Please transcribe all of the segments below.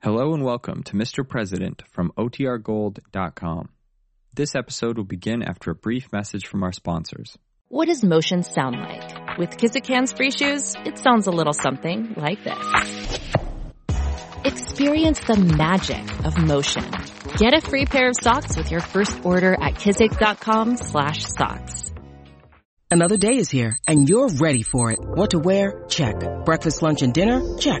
Hello and welcome to Mr. President from OTRGold.com. This episode will begin after a brief message from our sponsors. What does motion sound like? With Kizikans free shoes, it sounds a little something like this. Experience the magic of motion. Get a free pair of socks with your first order at kizik.com slash socks. Another day is here and you're ready for it. What to wear? Check. Breakfast, lunch, and dinner? Check.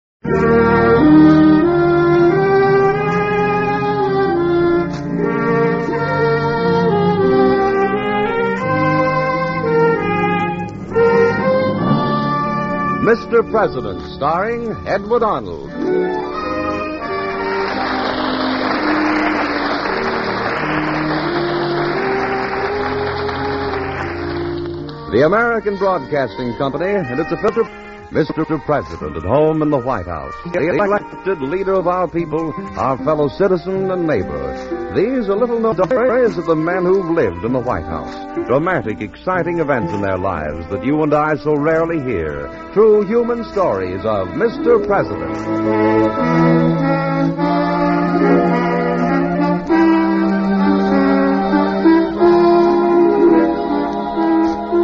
Mr. President, starring Edward Arnold. The American Broadcasting Company and its official Mr. President at home in the White House, the elected leader of our people, our fellow citizen and neighbor. These are little known stories of the men who've lived in the White House. Dramatic, exciting events in their lives that you and I so rarely hear. True human stories of Mr. President.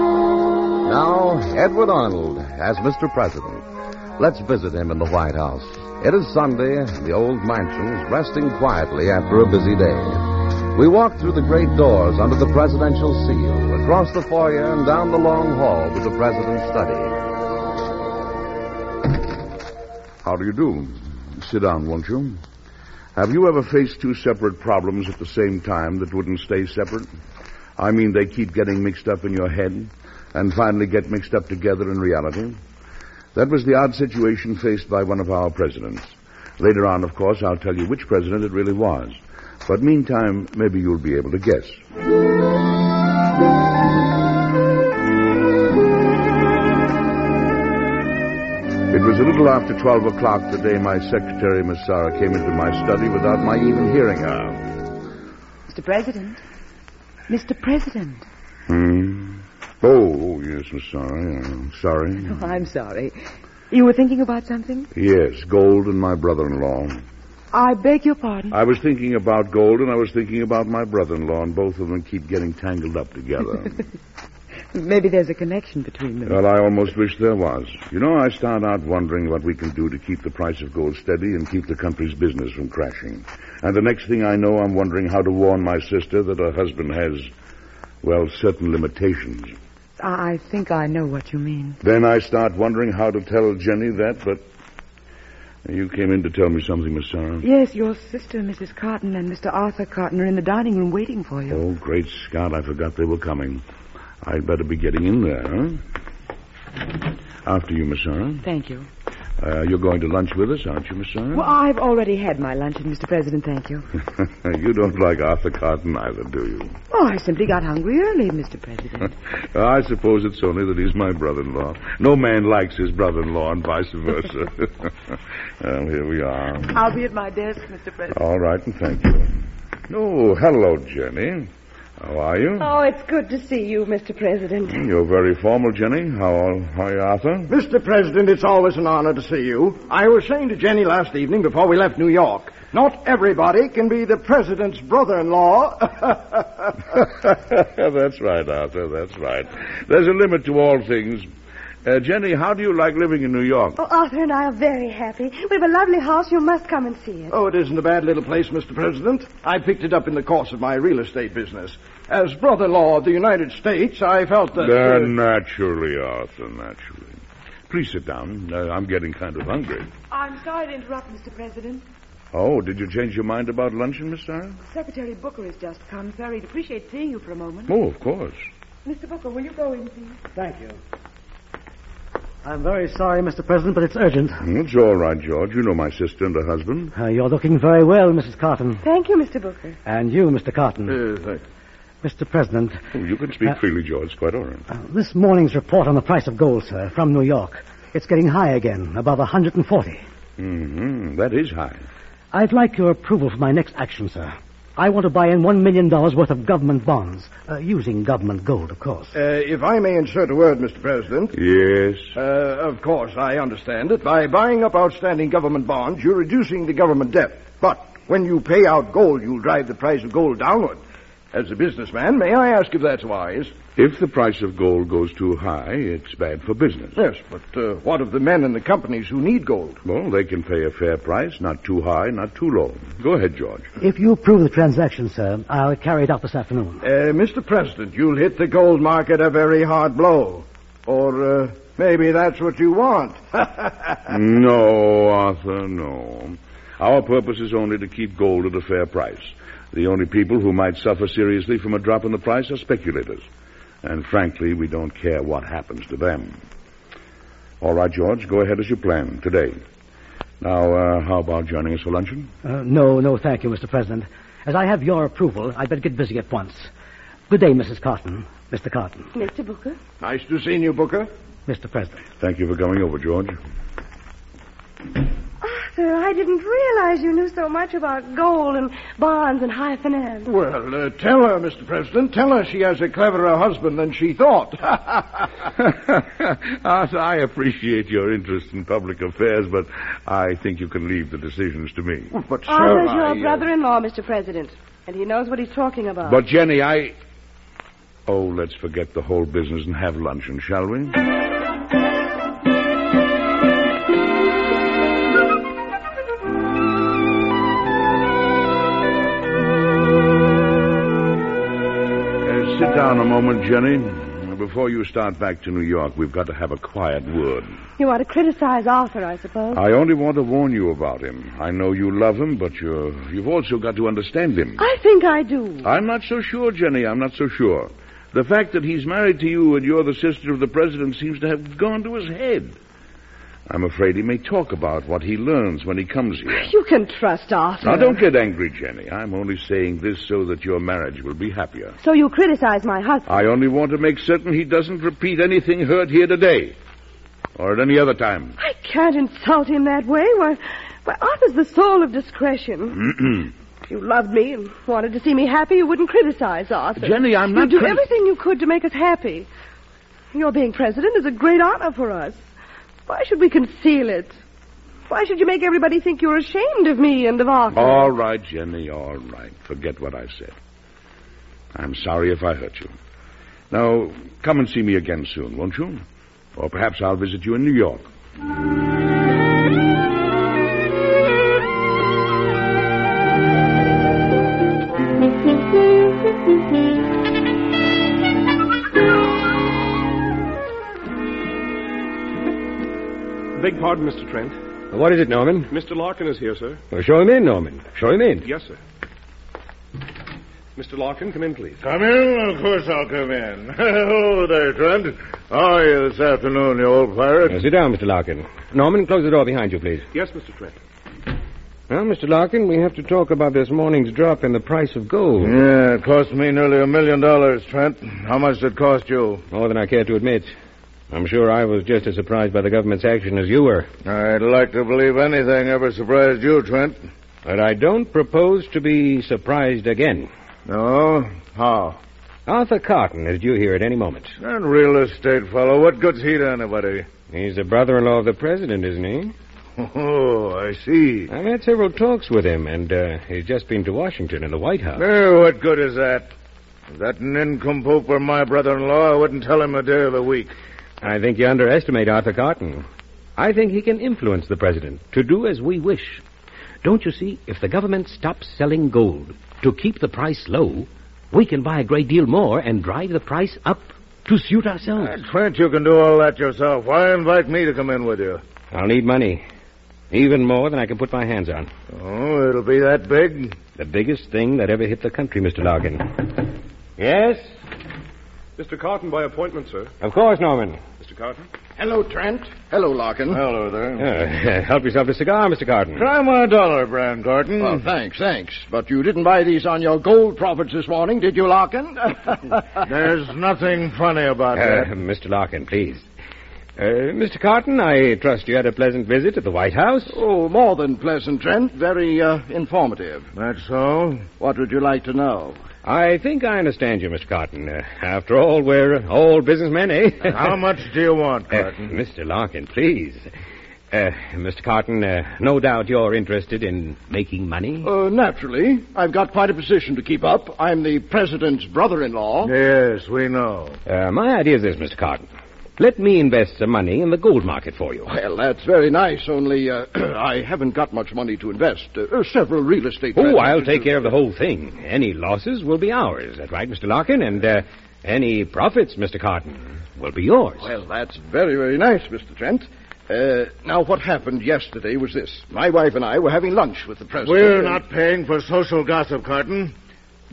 Now, Edward Arnold as Mr. President. Let's visit him in the White House. It is Sunday, and the old mansion is resting quietly after a busy day. We walk through the great doors under the presidential seal, across the foyer, and down the long hall to the president's study. How do you do? Sit down, won't you? Have you ever faced two separate problems at the same time that wouldn't stay separate? I mean, they keep getting mixed up in your head and finally get mixed up together in reality. That was the odd situation faced by one of our presidents. Later on, of course, I'll tell you which president it really was. But meantime, maybe you'll be able to guess. It was a little after 12 o'clock the day my secretary, Miss Sarah, came into my study without my even hearing her. Mr. President. Mr. President. Hmm? Oh, yes, Miss Sarah. I'm sorry. Oh, I'm sorry. You were thinking about something? Yes, Gold and my brother-in-law. I beg your pardon. I was thinking about Gold and I was thinking about my brother-in-law, and both of them keep getting tangled up together. Maybe there's a connection between them. well, I almost wish there was. You know, I start out wondering what we can do to keep the price of gold steady and keep the country's business from crashing. And the next thing I know, I'm wondering how to warn my sister that her husband has, well, certain limitations. I I think I know what you mean. Then I start wondering how to tell Jenny that, but. You came in to tell me something, Miss Sarah. Yes, your sister, Mrs. Cotton, and Mr. Arthur Cotton are in the dining room waiting for you. Oh, great Scott, I forgot they were coming. I'd better be getting in there, huh? After you, Miss Sarah. Thank you. Uh, you're going to lunch with us, aren't you, Miss Sarah? Well, I've already had my luncheon, Mr. President, thank you. you don't like Arthur Cotton either, do you? Oh, I simply got hungry early, Mr. President. I suppose it's only that he's my brother-in-law. No man likes his brother-in-law and vice versa. well, here we are. I'll be at my desk, Mr. President. All right, and thank you. Oh, hello, Jenny. How are you? Oh, it's good to see you, Mr. President. You're very formal, Jenny. How are, how are you, Arthur? Mr. President, it's always an honor to see you. I was saying to Jenny last evening before we left New York, not everybody can be the president's brother-in-law. that's right, Arthur. That's right. There's a limit to all things. Uh, Jenny, how do you like living in New York? Oh, Arthur and I are very happy. We've a lovely house. You must come and see it. oh, it isn't a bad little place, Mr. President. I picked it up in the course of my real estate business. As brother-in-law of the United States, I felt that... Uh, uh, naturally, Arthur, naturally. Please sit down. Uh, I'm getting kind of hungry. I'm sorry to interrupt, Mr. President. Oh, did you change your mind about luncheon, Miss Sarah? Secretary Booker has just come, sir. He'd appreciate seeing you for a moment. Oh, of course. Mr. Booker, will you go in, please? Thank you. I'm very sorry, Mr. President, but it's urgent. Mm, It's all right, George. You know my sister and her husband. Uh, you're looking very well, Mrs. Carton. Thank you, Mr. Booker. And you, Mr. Carton. Uh, thank Mr. President, you. Oh, you can speak freely, George. Quite all right. uh, this morning's report on the price of gold, sir, from New York, it's getting high again, above 140. Mm-hmm. That is high. I'd like your approval for my next action, sir. I want to buy in $1 million worth of government bonds, uh, using government gold, of course. Uh, uh, if I may insert a word, Mr. President. Yes. Uh, of course, I understand that by buying up outstanding government bonds, you're reducing the government debt. But when you pay out gold, you'll drive the price of gold downward. As a businessman, may I ask if that's wise? If the price of gold goes too high, it's bad for business. Yes, but uh, what of the men and the companies who need gold? Well, they can pay a fair price, not too high, not too low. Go ahead, George. If you approve the transaction, sir, I'll carry it out this afternoon. Uh, Mr. President, you'll hit the gold market a very hard blow. Or uh, maybe that's what you want. no, Arthur, no. Our purpose is only to keep gold at a fair price. The only people who might suffer seriously from a drop in the price are speculators. And frankly, we don't care what happens to them. All right, George, go ahead as you planned today. Now, uh, how about joining us for luncheon? Uh, no, no, thank you, Mr. President. As I have your approval, I'd better get busy at once. Good day, Mrs. Carton. Mr. Carton. Mr. Booker? nice to see you, Booker. Mr. President. Thank you for coming over, George. Arthur, Ah, I didn't realize you knew so much about gold and bonds and high finance. Well, uh, tell her, Mr. President, tell her she has a cleverer husband than she thought. Arthur, I appreciate your interest in public affairs, but I think you can leave the decisions to me. but, sir, Arthur's your I, uh, brother-in-law, Mr. President, and he knows what he's talking about. But, Jenny, I. Oh, let's forget the whole business and have luncheon, shall we? Uh, Uh, sit down a moment, Jenny. Before you start back to New York, we've got to have a quiet word. You want to criticize Arthur, I suppose. I only want to warn you about him. I know you love him, but you're, you've also got to understand him. I think I do. I'm not so sure, Jenny. I'm not so sure. The fact that he's married to you and you're the sister of the president seems to have gone to his head. I'm afraid he may talk about what he learns when he comes here. You can trust Arthur. Now, don't get angry, Jenny. I'm only saying this so that your marriage will be happier. So you criticize my husband. I only want to make certain he doesn't repeat anything heard here today or at any other time. I can't insult him that way. Why, why Arthur's the soul of Hmm? discretion. if you loved me and wanted to see me happy, you wouldn't criticize Arthur. Jenny, I'm You'd not do criti- everything you could to make us happy. Your being president is a great honor for us. Why should we conceal it? Why should you make everybody think you're ashamed of me and of Arthur? All right, Jenny, all right. Forget what I said. I'm sorry if I hurt you. Now, come and see me again soon, won't you? Or perhaps I'll visit you in New York. Beg pardon, Mr. Trent. Uh, What is it, Norman? Mr. Larkin is here, sir. Well, show him in, Norman. Show him in. Yes, sir. Mr. Larkin, come in, please. Come in? Of course I'll come in. Hello there, Trent. How are you this afternoon, you old pirate? Now, Uh, sit down, Mr. Larkin. Norman, close the door behind you, please. Yes, Mr. Trent. Well, Mr. Larkin, we have to talk about this morning's drop in the price of gold. Yeah, it cost me nearly a million dollars, Trent. How much did it cost you? More than I care to admit. I'm sure I was just as surprised by the government's action as you were. I'd like to believe anything ever surprised you, Trent. But I don't propose to be surprised again. No? How? Arthur Carton is due here at any moment. That real estate fellow, what good's he to anybody? He's the brother in law of the president, isn't he? Oh, I see. I've had several talks with him, and uh, he's just been to Washington and the White House. Eh, what good is that? If that nincompoop were my brother-in-law, I wouldn't tell him a day of the week. I think you underestimate Arthur Carton. I think he can influence the president to do as we wish. Don't you see, if the government stops selling gold to keep the price low, We can buy a great deal more and drive the price up to suit ourselves. Trent, you can do all that yourself. Why invite me to come in with you? I'll need money. Even more than I can put my hands on. Oh, it'll be that big? The biggest thing that ever hit the country, Mr. Logan. yes? Mr. Carton by appointment, sir. Of course, Norman. Mr. Carton? Hello, Trent. Hello, Larkin. Hello Uh, help yourself to a cigar, Mr. Carton. Try my dollar, Bram Carton. Well, thanks, thanks. But you didn't buy these on your gold profits this morning, did you, Larkin? There's nothing funny about Uh, Mr. Larkin, please. Uh, Mr. Carton, I trust you had a pleasant visit at the White House. Oh, more than pleasant, Trent. Very uh, informative. That's so. What would you like to know? I think I understand you, Mr. Carton. Uh, after all, we're uh, old businessmen, eh? that. How much do you want, Uh, Carton? Mr. Larkin, please. Uh, Mr. Carton, uh, no doubt you're interested in making money. Uh, naturally, I've got quite a position to keep up. I'm the president's brother-in-law. Yes, we know. Uh, my idea is this, Mr. Carton. Let me invest some money in the gold market for you. Well, that's very nice, only uh, I haven't got much money to invest. Uh, uh, several real estate... Oh, transactions- I'll take care of the whole thing. Any losses will be ours. That's right, Mr. Larkin. And uh, any profits, Mr. Carton, will be yours. Well, that's very, very nice, Mr. Trent. Uh, now, what happened yesterday was this. My wife and I were having lunch with the president. We're not paying for social gossip, Carton.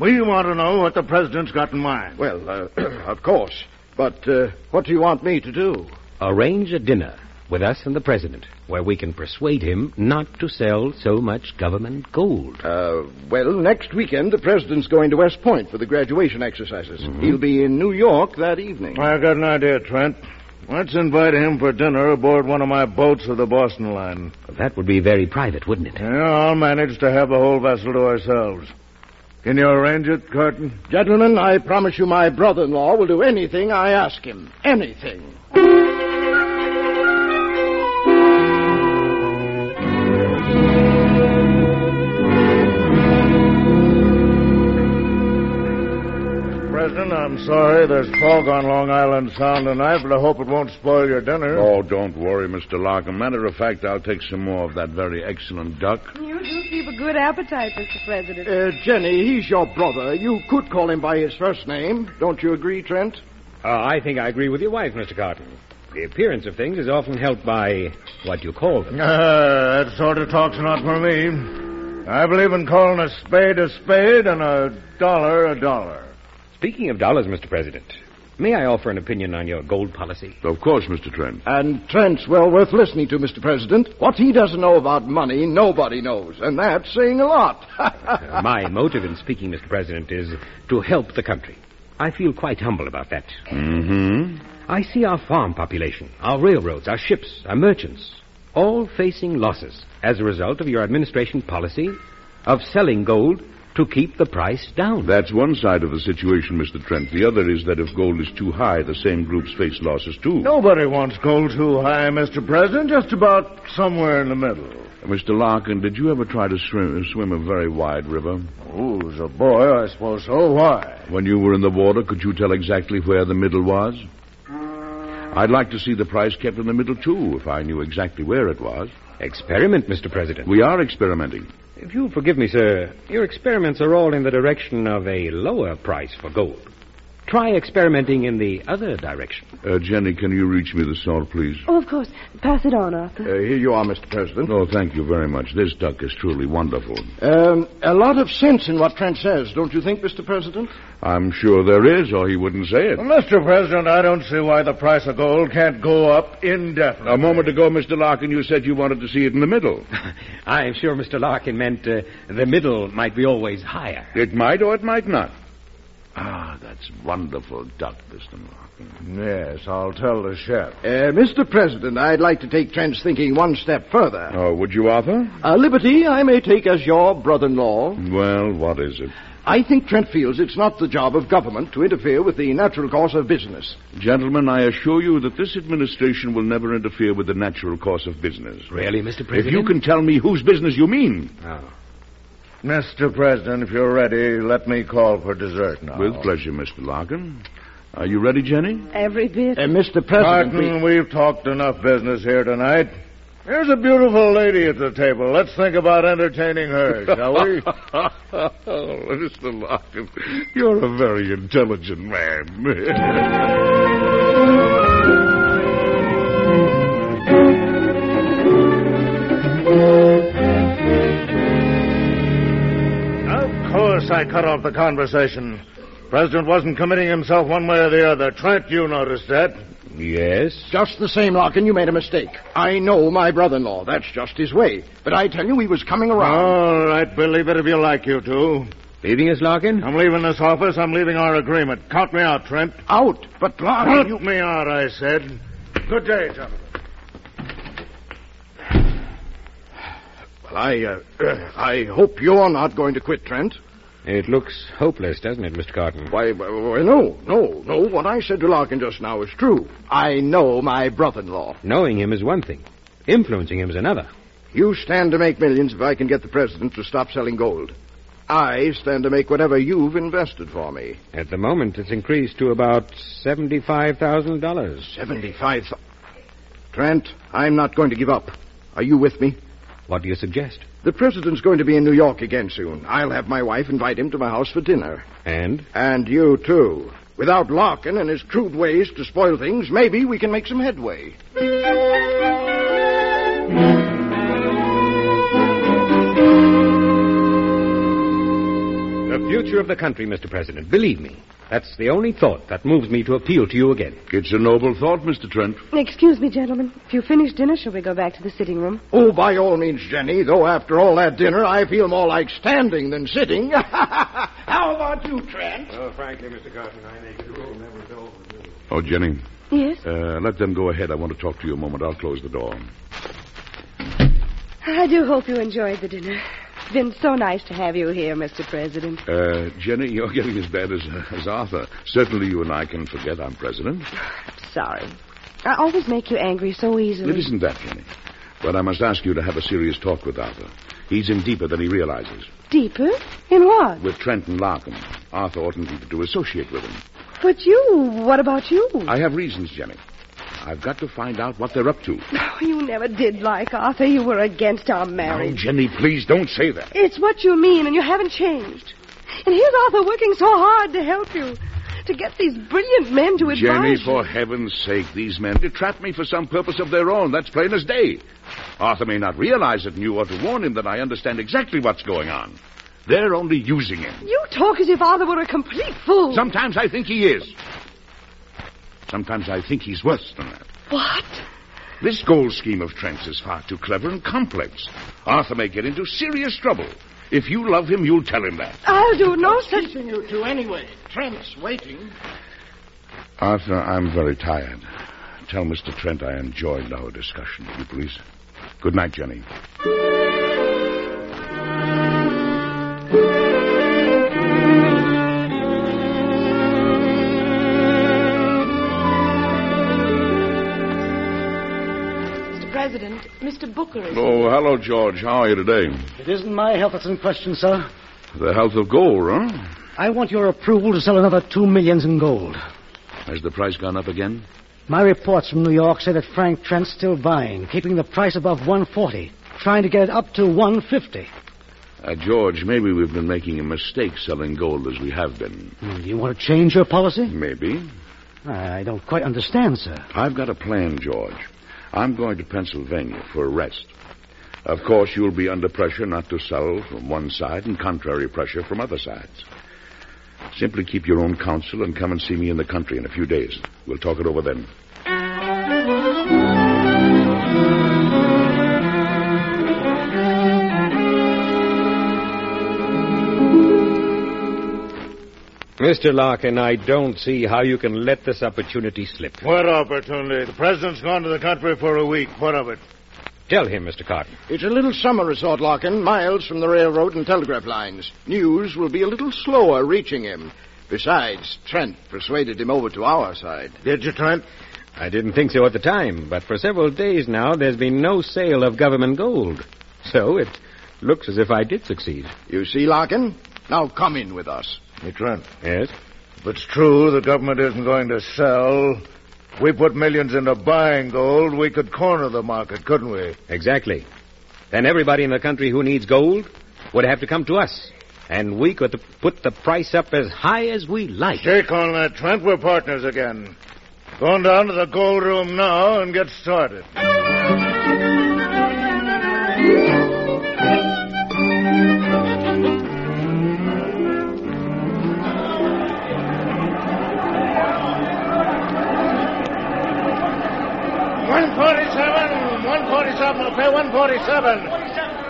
We want to know what the president's got in mind. Well, uh, of course. But uh, what do you want me to do? Arrange a Uh, dinner with us and the president where we can persuade him not to sell so much government gold. Uh, well, next weekend the president's going to West Point for the graduation exercises. Mm-hmm. He'll be in New York that evening. I got an idea, Trent. Let's invite him for dinner aboard one of my boats of the Boston line. That would be very private, wouldn't it? Yeah, I'll manage to have the whole vessel to ourselves. Can you arrange it, Carton? Gentlemen, I promise you my brother-in-law will do anything I ask him. Anything. President, I'm sorry there's fog on Long Island Sound tonight, but I hope it won't spoil your dinner. Oh, don't worry, Mr. Larkin. Matter of fact, I'll take some more of that very excellent duck. You do keep a good appetite, Mr. President. Uh, Jenny, he's your brother. You could call him by his first name. Don't you agree, Trent? Uh, I think I agree with your wife, Mr. Carton. The appearance of things is often helped by what you call them. Ah, that sort of talk's not for me. I believe in calling a spade a spade and a dollar a dollar. Speaking of dollars, Mr. President, may I offer an opinion on your gold policy? Of course, Mr. Trent. And Trent's well worth listening to, Mr. President. What he doesn't know about money, nobody knows. And that's saying a lot. Uh, my motive in speaking, Mr. President, is to help the country. I feel quite humble about that. Mm-hmm. I see our farm population, our railroads, our ships, our merchants, all facing losses as a result of your administration policy of selling gold to keep the price down. That's one side of the situation, Mr. Trent. The other is that if gold is too high, the same groups face losses too. Nobody wants gold too high, Mr. President, just about somewhere in the middle. Mr. Larkin, did you ever try to swim, swim a very wide river? Oh, as a boy, I suppose so. Why? When you were in the water, could you tell exactly where the middle was? I'd like to see the price kept in the middle, too, if I knew exactly where it was. Experiment, Mr. President. We are experimenting. If you'll forgive me, sir, your experiments are all in the direction of a lower price for gold. Try experimenting in the other direction. Uh, Jenny, can you reach me the salt, please? Oh, of course. Pass it on, Arthur. Uh, here you are, Mr. President. Oh, thank you very much. This duck is truly wonderful. Um, a lot of sense in what Trent says, don't you think, Mr. President? I'm sure there is, or he wouldn't say it. Well, Mr. President, I don't see why the price of gold can't go up indefinitely. A moment ago, Mr. Larkin, you said you wanted to see it in the middle. I am sure Mr. Larkin meant uh, the middle might be always higher. It might or it might not. Ah, that's wonderful duck, Mr. Larkin. Yes, I'll tell the chef. Uh, Mr. President, I'd like to take Trent's thinking one step further. Oh, would you offer? A liberty I may take as your brother in law. Well, what is it? I think Trent feels it's not the job of government to interfere with the natural course of business. Gentlemen, I assure you that this administration will never interfere with the natural course of business. Really, Mr. If you can tell me whose business you mean. Mr. President, if you're ready, let me call for dessert now. With pleasure, Mr. Larkin. Are you ready, Jenny? Every bit. Uh, Mr. President. Martin, we've talked enough business here tonight. Here's a beautiful lady at the table. Let's think about entertaining her, shall we? oh, Mr. Larkin, you're a very intelligent man. Of course, I cut off the conversation. President wasn't committing himself one way or the other. Trent, you noticed that. Yes? Just the same, Larkin, you made a mistake. I know my brother in law. That's just his way. But I tell you, he was coming around. All right, believe it if you like, you two. Leaving us, Larkin? I'm leaving this office. I'm leaving our agreement. Count me out, Trent. Out? But, Larkin. Count me out, I said. Good day, gentlemen. Well, I, uh, I hope you're not going to quit, Trent. It looks hopeless, doesn't it, Mr. Carton? Why, well, no, no, no. What I said to Larkin just now is true. I know my brother-in-law. Knowing him is one thing, influencing him is another. You stand to make millions if I can get the president to stop selling gold. I stand to make whatever you've invested for me. At the moment, it's increased to about $75,000. Seventy-five. thou- Trent, I'm not going to give up. Are you with me? What do you suggest? The president's going to be in New York again soon. I'll have my wife invite him to my house for dinner. And? And you, too. Without Larkin and his crude ways to spoil things, maybe we can make some headway. The future of the country, Mr. President. Believe me, that's the only thought that moves me to appeal to you again. It's a noble thought, Mr. Trent. Excuse me, gentlemen. If you finish dinner, shall we go back to the sitting room? Oh, by all means, Jenny, though after all that dinner, I feel more like standing than sitting. How about you, Trent? Well, frankly, Mr. Carton, I make the rule never go over you. Oh, Jenny. Yes? Uh, let them go ahead. I want to talk to you a moment. I'll close the door. I do hope you enjoyed the dinner. It's been so nice to have you here, Mr. President. Uh, Jenny, you're getting as bad as, as Arthur. Certainly you and I can forget I'm president. Sorry. I always make you angry so easily. It isn't that, Jenny. But I must ask you to have a serious talk with Arthur. He's in deeper than he realizes. Deeper? In what? With Trent and Larkin, Arthur oughtn't even to associate with him. But you, what about you? I have reasons, Jenny. I've got to find out what they're up to. Oh, you never did like Arthur. You were against our marriage. Jenny, please don't say that. It's what you mean, and you haven't changed. And here's Arthur working so hard to help you, to get these brilliant men to advise Jenny, you. for heaven's sake, these men to trap me for some purpose of their own. That's plain as day. Arthur may not realize it, and you ought to warn him that I understand exactly what's going on. They're only using him. You talk as if Arthur were a complete fool. Sometimes I think he is. Sometimes I think he's worse than that. What? This gold scheme of Trent's is far too clever and complex. Arthur may get into serious trouble. If you love him, you'll tell him that. I'll do no such... you two anyway. Trent's waiting. Arthur, I'm very tired. Tell Mr. Trent I enjoyed our discussion, if you please. Good night, Jenny. Mr. President, Mr. Booker is. Oh, hello, George. How are you today? It isn't my health that's in question, sir. The health of gold, huh? I want your approval to sell another two millions in gold. Has the price gone up again? My reports from New York say that Frank Trent's still buying, keeping the price above 140, trying to get it up to 150. Uh, George, maybe we've been making a mistake selling gold as we have been. Hmm, You want to change your policy? Maybe. I don't quite understand, sir. I've got a plan, George. I'm going to Pennsylvania for a rest. Of course, you'll be under pressure not to sell from one side and contrary pressure from other sides. Simply keep your own counsel and come and see me in the country in a few days. We'll talk it over then. Mr. Larkin, I don't see how you can let this opportunity slip. What opportunity? The president's gone to the country for a week. What of it? Tell him, Mr. Carton. It's a little summer resort, Larkin, miles from the railroad and telegraph lines. News will be a little slower reaching him. Besides, Trent persuaded him over to our side. Did you, Trent? I didn't think so at the time, but for several days now, there's been no sale of government gold. So it looks as if I did succeed. You see, Larkin? Now come in with us. Hey, Trent. Yes? If it's true the government isn't going to sell, we put millions into buying gold, we could corner the market, couldn't we? Exactly. Then everybody in the country who needs gold would have to come to us. And we could put the price up as high as we like. Shake on that, Trent. We're partners again. Going down to the gold room now and get started. One forty-seven, one forty-seven. I'll pay one forty-seven.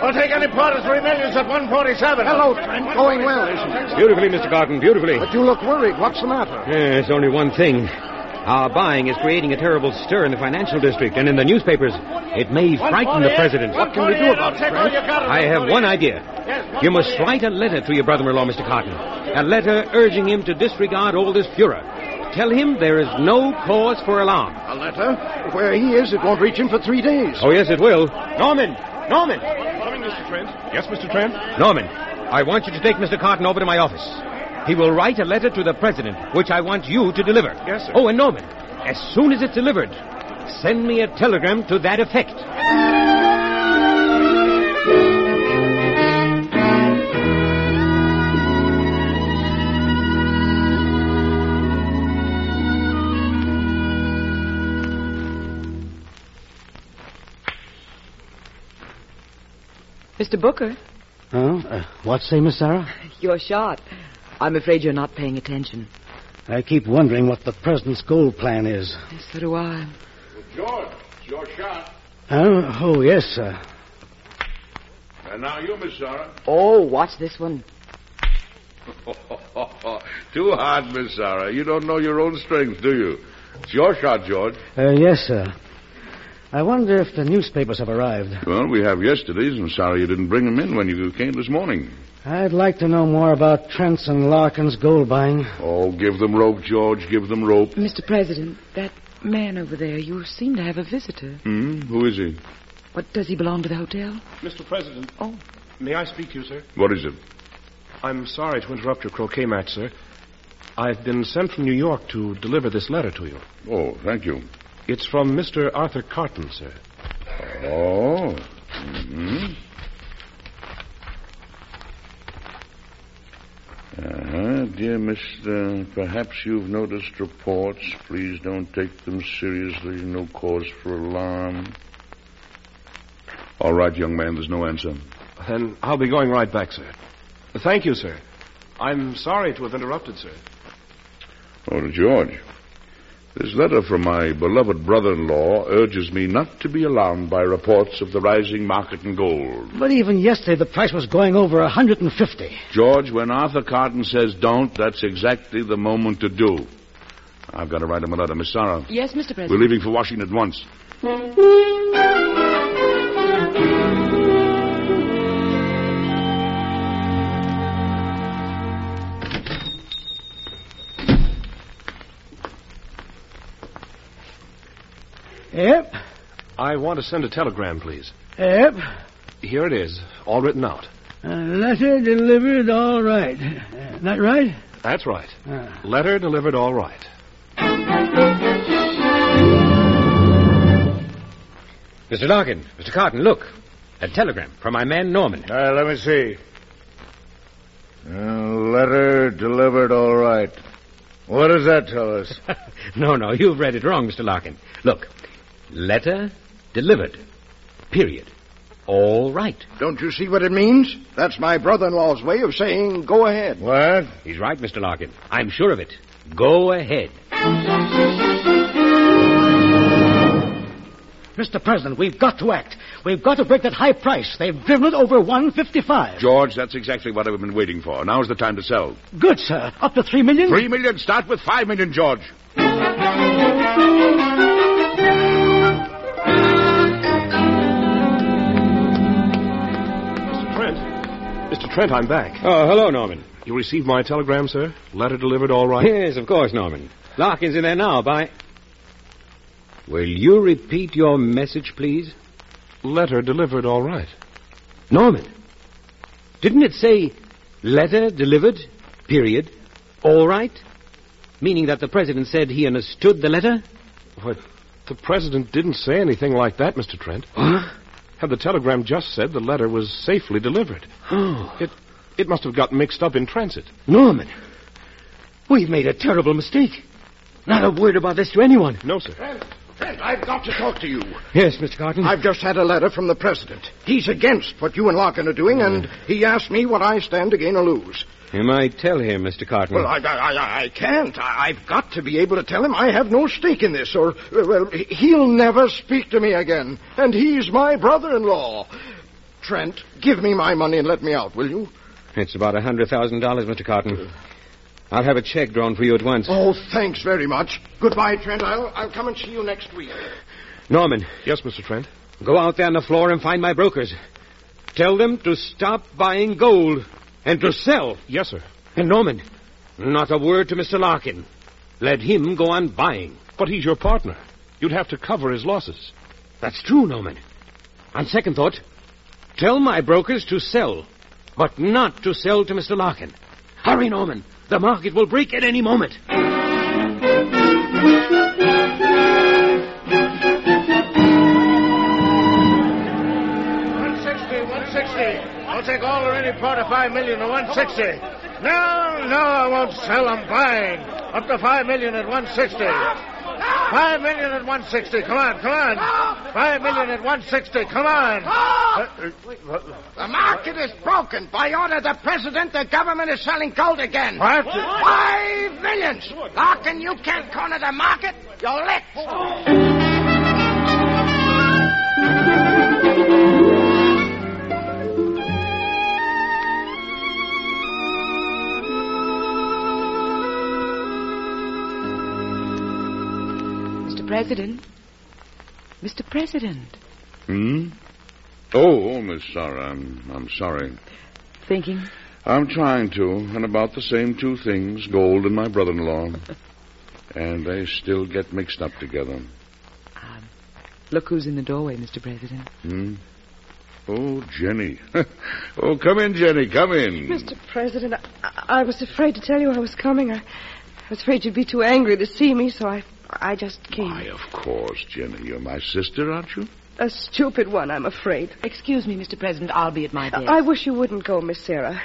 I'll take any part of three millions at one forty-seven. Hello, Trent. Going well, isn't it? Beautifully, Mr. Garton, beautifully. But you look worried. What's the matter? Yeah, it's only one thing. Our Ah, buying is creating a terrible stir in the financial district and in the newspapers. It may frighten the president. What can we do about it, Trent? I have one idea. You must write a letter to your brother-in-law, Mr. Cotton. A letter urging him to disregard all this furor. Tell him there is no cause for alarm. A letter? Where he is, it won't reach him for three days. Oh, yes, it will. Norman! Norman! Coming, Mr. Trent. Yes, Mr. Trent? Norman, I want you to take Mr. Cotton over to my office. He will write a letter to the president, which I want you to deliver. Yes, sir. Oh, and Norman, as soon as it's delivered, send me a telegram to that effect. Mr. Booker, Oh? Uh, what say, Miss Sarah? You're shot. I'm afraid you're not paying attention. I keep wondering what the president's gold plan is. So do I. George, it's your shot. Oh, oh yes, sir. And now you, Miss Sarah. Oh, watch this one. Too hard, Miss Sarah. You don't know your own strength, do you? It's your shot, George. Uh, yes, sir. I wonder if the newspapers have arrived. Well, we have yesterday's. I'm sorry you didn't bring them in when you came this morning. I'd like to know more about Trent's and Larkin's gold buying. Oh, give them rope, George. Give them rope. Mr. President, that man over there, you seem to have a visitor. Hmm? Who is he? What, does he belong to the hotel? Mr. President. Oh. May I speak to you, sir? What is it? I'm sorry to interrupt your croquet match, sir. I've been sent from New York to deliver this letter to you. Oh, thank you. It's from Mr. Arthur Carton, sir. Oh. hmm Uh-huh. Dear Mr. Perhaps you've noticed reports. Please don't take them seriously. No cause for alarm. All right, young man, there's no answer. Then I'll be going right back, sir. Thank you, sir. I'm sorry to have interrupted, sir. Oh, to George. This letter from my beloved brother in law urges me not to be alarmed by reports of the rising market in gold. But even yesterday, the price was going over a 150. George, when Arthur Carton says don't, that's exactly the moment to do. I've got to write him a letter. Miss Sarah, Yes, Mr. President. we're leaving for Washington at once. Yep, I want to send a telegram, please. yep. Here it is, all written out. Uh, letter delivered all right. Uh, that right? That's right. Uh, Letter delivered all right. Mr. Larkin, Mr. Carton, look. A telegram from my man Norman. Uh, let me see. Uh, letter delivered all right. What does that tell us? No, no, you've read it wrong, Mr. Larkin. Look. Letter delivered. Period. All right. Don't you see what it means? That's my brother in law's way of saying go ahead. What? He's right, Mr. Larkin. I'm sure of it. Go ahead. Mr. President, we've got to act. We've got to break that high price. They've driven it over 155. George, that's exactly what I've been waiting for. Now's the time to sell. Good, sir. Up to three million? Three million. Start with five million, George. Mr. Trent. Mr. Trent, I'm back. Uh, Oh, hello, Norman. You received my telegram, sir? Letter delivered all right? Yes, of course, Norman. Larkin's in there now. By. Will you repeat your message, please? Letter delivered all right. Norman, didn't it say letter delivered, period, all right? Meaning that the president said he understood the letter? Why, the president didn't say anything like that, Mr. Trent. Huh? Had the telegram just said the letter was safely delivered. Oh. It, it must have got mixed up in transit. Norman, we've made a terrible mistake. Not a word about this to anyone. No, sir. Trent, I've got to talk to you. Yes, Mr. Carton. I've just had a letter from the president. He's against what you and Larkin are doing, and he asked me what I stand to gain or lose. You might tell him, Mr. Carton. Well, I, I, I, I can't. I, I've got to be able to tell him I have no stake in this, or, well, he'll never speak to me again. And he's my brother in law. Trent, give me my money and let me out, will you? It's about a $100,000, Mr. Carton. I'll have a check drawn for you at once. Oh, thanks very much. Goodbye, Trent. I'll, I'll come and see you next week. Norman. Yes, Mr. Trent. Go out there on the floor and find my brokers. Tell them to stop buying gold and to sell. Yes, sir. And Norman, not a word to Mr. Larkin. Let him go on buying. But he's your partner. You'd have to cover his losses. That's true, Norman. On second thought, tell my brokers to sell, but not to sell to Mr. Larkin. Hurry, Norman. The market will break at any moment. One sixty, one sixty. I'll take all or any part of five million to one sixty. No, no, I won't sell. I'm buying. Up to five million at one sixty. Five million at one sixty. Come on, come on. Five million at one sixty. Come on. Uh, uh, The market is broken. By order of the president, the government is selling gold again. What? Five millions. Larkin, you can't corner the market. You're licked. Mr. President. Mr. President. Hmm? Oh, Miss Sarah, I'm, I'm sorry. Thinking. I'm trying to, and about the same two things gold and my brother in law. and they still get mixed up together. Look who's in the doorway, Mr. President. Hmm? Oh, Jenny. oh, come in, Jenny, come in. Mr. President, I, I was afraid to tell you I was coming. I, I was afraid you'd be too angry to see me, so I, I just came. Why, of course, Jenny. You're my sister, aren't you? A stupid one, I'm afraid. Excuse me, Mr. President. I'll be at my desk. I wish you wouldn't go, Miss Sarah.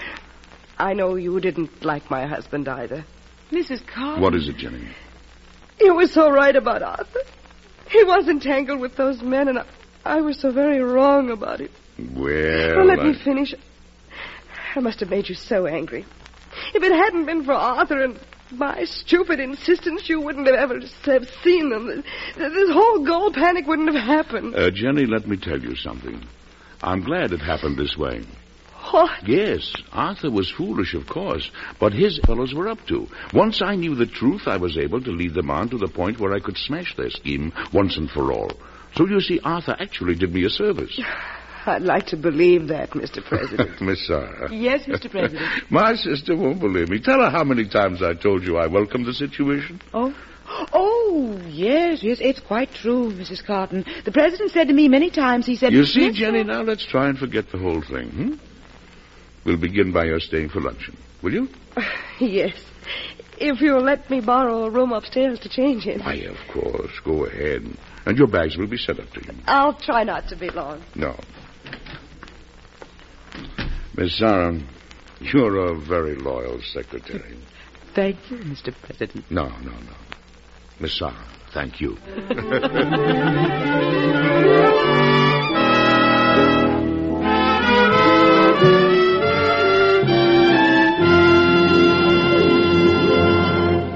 I know you didn't like my husband either. Mrs. Carton. What is it, Jenny? You were so right about Arthur. He was entangled with those men, and I, I was so very wrong about it. Well, Well, let I- me finish. I must have made you so angry. If it hadn't been for Arthur and my stupid insistence, you wouldn't have ever have seen them. Th- This whole gold panic wouldn't have happened. Uh, Jenny, let me tell you something. I'm glad it happened this way. What? Yes, Arthur was foolish, of course, but his fellows were up to. Once I knew the truth, I was able to lead them on to the point where I could smash their scheme once and for all. So you see, Arthur actually did me a service. I'd like to believe that, Mr. President. Miss Sarah. Yes, Mr. President. My sister won't believe me. Tell her how many times I told you I welcomed the situation. Oh? Oh, yes, yes, it's quite true, Mrs. Carton. The president said to me many times, he said... You see, Mr. Jenny, now let's try and forget the whole thing. Hmm? We'll begin by your staying for luncheon, will you? yes. If you'll let me borrow a room upstairs to change in. Why, of course. Go ahead. And your bags will be sent up to you. I'll try not to be long. No. Miss Sarah, you're a very loyal secretary. Thank you, Mr. President. No, no, no. Miss Sarah, thank you.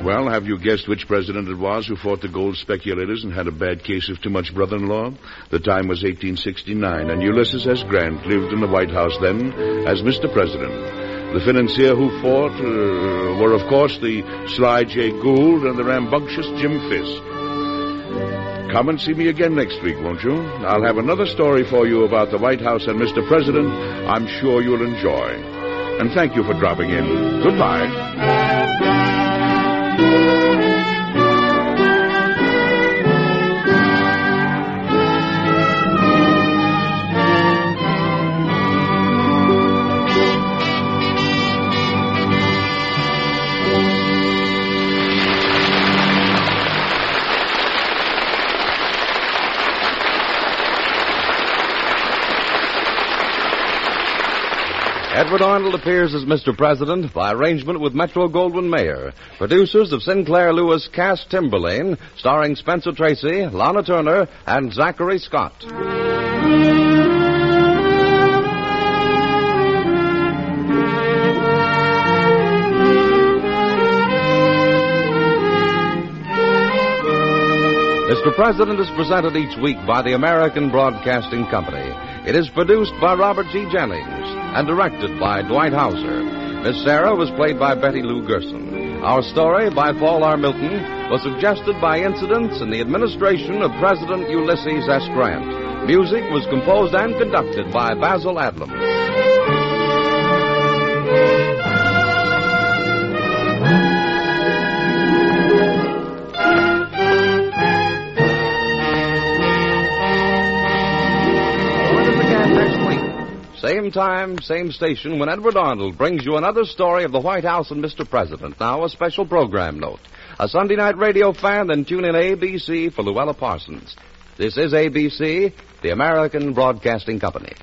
Well, have you guessed which president it was who fought the gold speculators and had a bad case of too much brother in law? The time was 1869, and Ulysses S. Grant lived in the White House then as Mr. President. The financier who fought uh, were, of course, the sly Jay Gould and the rambunctious Jim Fisk. Come and see me again next week, won't you? I'll have another story for you about the White House and Mr. President I'm sure you'll enjoy. And thank you for dropping in. Goodbye. Edward Arnold appears as Mr. President by arrangement with Metro Goldwyn Mayer, producers of Sinclair Lewis Cass Timberlane, starring Spencer Tracy, Lana Turner, and Zachary Scott. Mr. President is presented each week by the American Broadcasting Company. It is produced by Robert G. Jennings and directed by Dwight Hauser. Miss Sarah was played by Betty Lou Gerson. Our story by Paul R. Milton was suggested by incidents in the administration of President Ulysses S. Grant. Music was composed and conducted by Basil Adlam. Same time, same station, when Edward Arnold brings you another story of the White House and Mr. President. Now, a special program note. A Sunday night radio fan, then tune in ABC for Luella Parsons. This is ABC, the American Broadcasting Company.